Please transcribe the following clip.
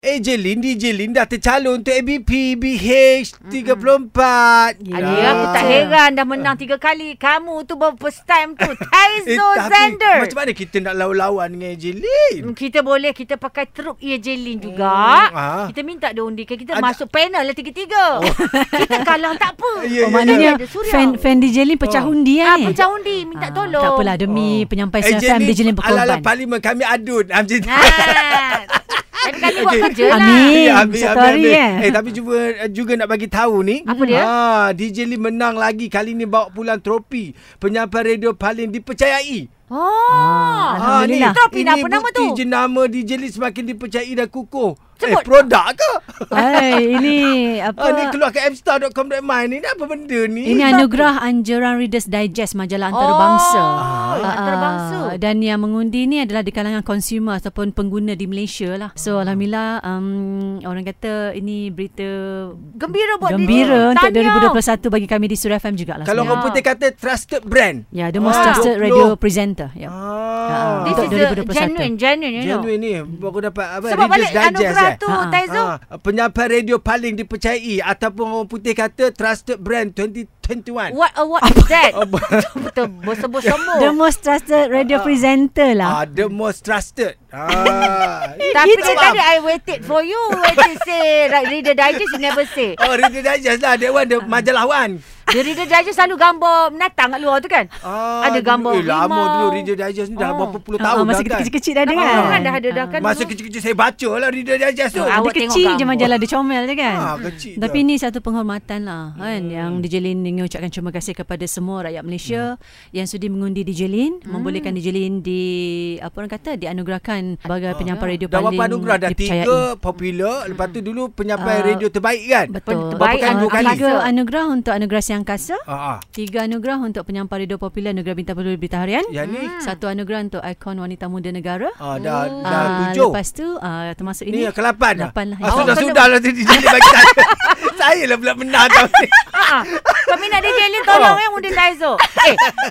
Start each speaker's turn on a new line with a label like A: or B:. A: Eh, Ejelin DJ Lin dah tercalon untuk ABP BH 34.
B: Ya, aku tak heran dah menang tiga kali. Kamu tu baru first time tu. Taizo
A: Eh,
B: Zander.
A: Macam mana kita nak lawan-lawan dengan Ejelin?
B: Hmm, Kita boleh, kita pakai trup Ia Jelin juga.
A: Hmm, ah.
B: Kita minta dia undikan.
A: Ada-
B: Kita
A: Oh.
B: masuk panel lah tiga-tiga. kita kalah tak apa.
A: Ya,
C: Oh,
A: ya,
C: maknanya
B: Ada Surya.
C: fan, fan DJ Lin pecah
A: Oh.
C: hundi
B: Ah,
C: kan?
B: pecah undi. Minta
C: Ah,
B: tolong. Oh.
C: Tak apalah, demi penyampaian sinar FM DJ Lin
A: Eh, ala-ala
C: berkorban.
A: parlimen kami adun. Ah, Macam tu.
B: Ha. Tapi kami buat
A: Okey.
B: kerja lah.
C: Amin.
A: Ya,
C: satu hari, eh.
A: Eh tapi cuba eh, juga nak bagi tahu ni.
B: Apa dia?
A: Ah, DJ Lee menang lagi kali ni bawa pulang trofi penyampaian radio paling dipercayai.
B: Oh.
A: Ah, ni
C: Alhamdulillah.
B: Trofi dah
A: ini
B: apa nama
A: bukti
B: tu?
A: jenama DJ Lee semakin dipercayai dan kukuh. Eh,
B: Sebut.
A: produk ke?
C: Hai, ini apa?
A: Ah, ni keluar ke appstar.com.my ni. Ni apa benda ni?
C: Ini anugerah anjuran Readers Digest majalah antarabangsa.
B: Oh,
C: Ah,
B: antarabangsa.
C: ah, Dan yang mengundi ni adalah di kalangan consumer ataupun pengguna di Malaysia lah. So alhamdulillah um, orang kata ini berita
B: Gembira buat diri.
C: gembira untuk
B: Tahniah.
C: 2021 bagi kami di Surah FM jugalah.
A: Kalau
B: Ya.
A: orang
C: sebenarnya.
A: putih kata trusted brand.
C: ya, the most
A: Ah,
C: trusted
A: 20.
C: radio presenter. Ya.
B: Oh.
A: Ah.
B: This
C: Untuk
B: is a
C: 2021.
B: genuine, genuine, you know.
A: Genuine ni baru dapat apa
B: Sebab
A: Reader's
B: balik anugerah
A: eh?
B: tu,
C: Ha, ha.
B: Taizo.
A: Ah, penyampaian radio paling dipercayai ataupun orang putih kata trusted brand 2021.
B: What award is that?
A: Apa?
B: Betul, bersebut semua.
C: The most trusted radio presenter lah.
A: Ah, the most trusted. Ah. eh,
B: Tapi
A: tak
B: dia
A: faham.
B: tadi I waited for you Waited say right, Reader Digest you never say
A: Oh, Reader Digest lah. That one,
B: Ah.
A: the majalah one.
B: The Reader Digest selalu gambar menatang kat luar tu kan
A: Ah,
B: Ada
A: dulu-
B: gambar
A: eh, lama
B: limau.
A: dulu Reader Digest ni dah
B: Oh.
A: berapa puluh
C: Ah,
A: tahun
C: masa
A: dah
C: kita
A: kan.
C: kecil-kecil dah ada
B: Nampak
C: kan.
B: kan dah ada dah kan
A: Masa
B: dulu.
A: kecil-kecil saya baca lah Reader Digest tu.
B: Ah,
C: Dia
B: awak tengok
C: kecil je
B: gambar.
C: majalah dia comel je kan.
A: Ah, kecil
C: Tapi
A: tu.
C: ini satu penghormatan lah kan hmm. yang DJ Lin ingin ucapkan terima kasih kepada semua rakyat Malaysia hmm. yang sudi mengundi DJ Lin, hmm. membolehkan DJ Lin di apa orang kata dianugerahkan sebagai penyampai radio
A: Ah. Dah
C: paling
A: berapa anugerah dah
C: dipercayai.
A: tiga popular lepas tu dulu penyampai
C: Ah,
A: radio terbaik kan
C: Betul.
A: berapa
B: Baik,
A: kali dua
C: Ah,
A: kali
C: Tiga anugerah untuk anugerah siang kasa.
A: ah, ah.
C: Tiga anugerah untuk penyampai radio popular Negara Bintang Perlu Berita Harian.
A: yang Ya, ni
C: Satu anugerah untuk ikon wanita muda negara.
A: ah, dah dah
C: Hmm. Ah,
A: tujuh
C: lepas tu ah, termasuk
A: Ini
C: ini.
A: yang ke-8 lah.
C: Lapan lah.
A: Ah,
C: Oh,
A: sudah
B: kena-
A: sudah lah tadi jadi bagi saya. saya lah pula menang tahun ni.
B: Ah, Kami nak DJ Lin tolong eh Undin Taizo Eh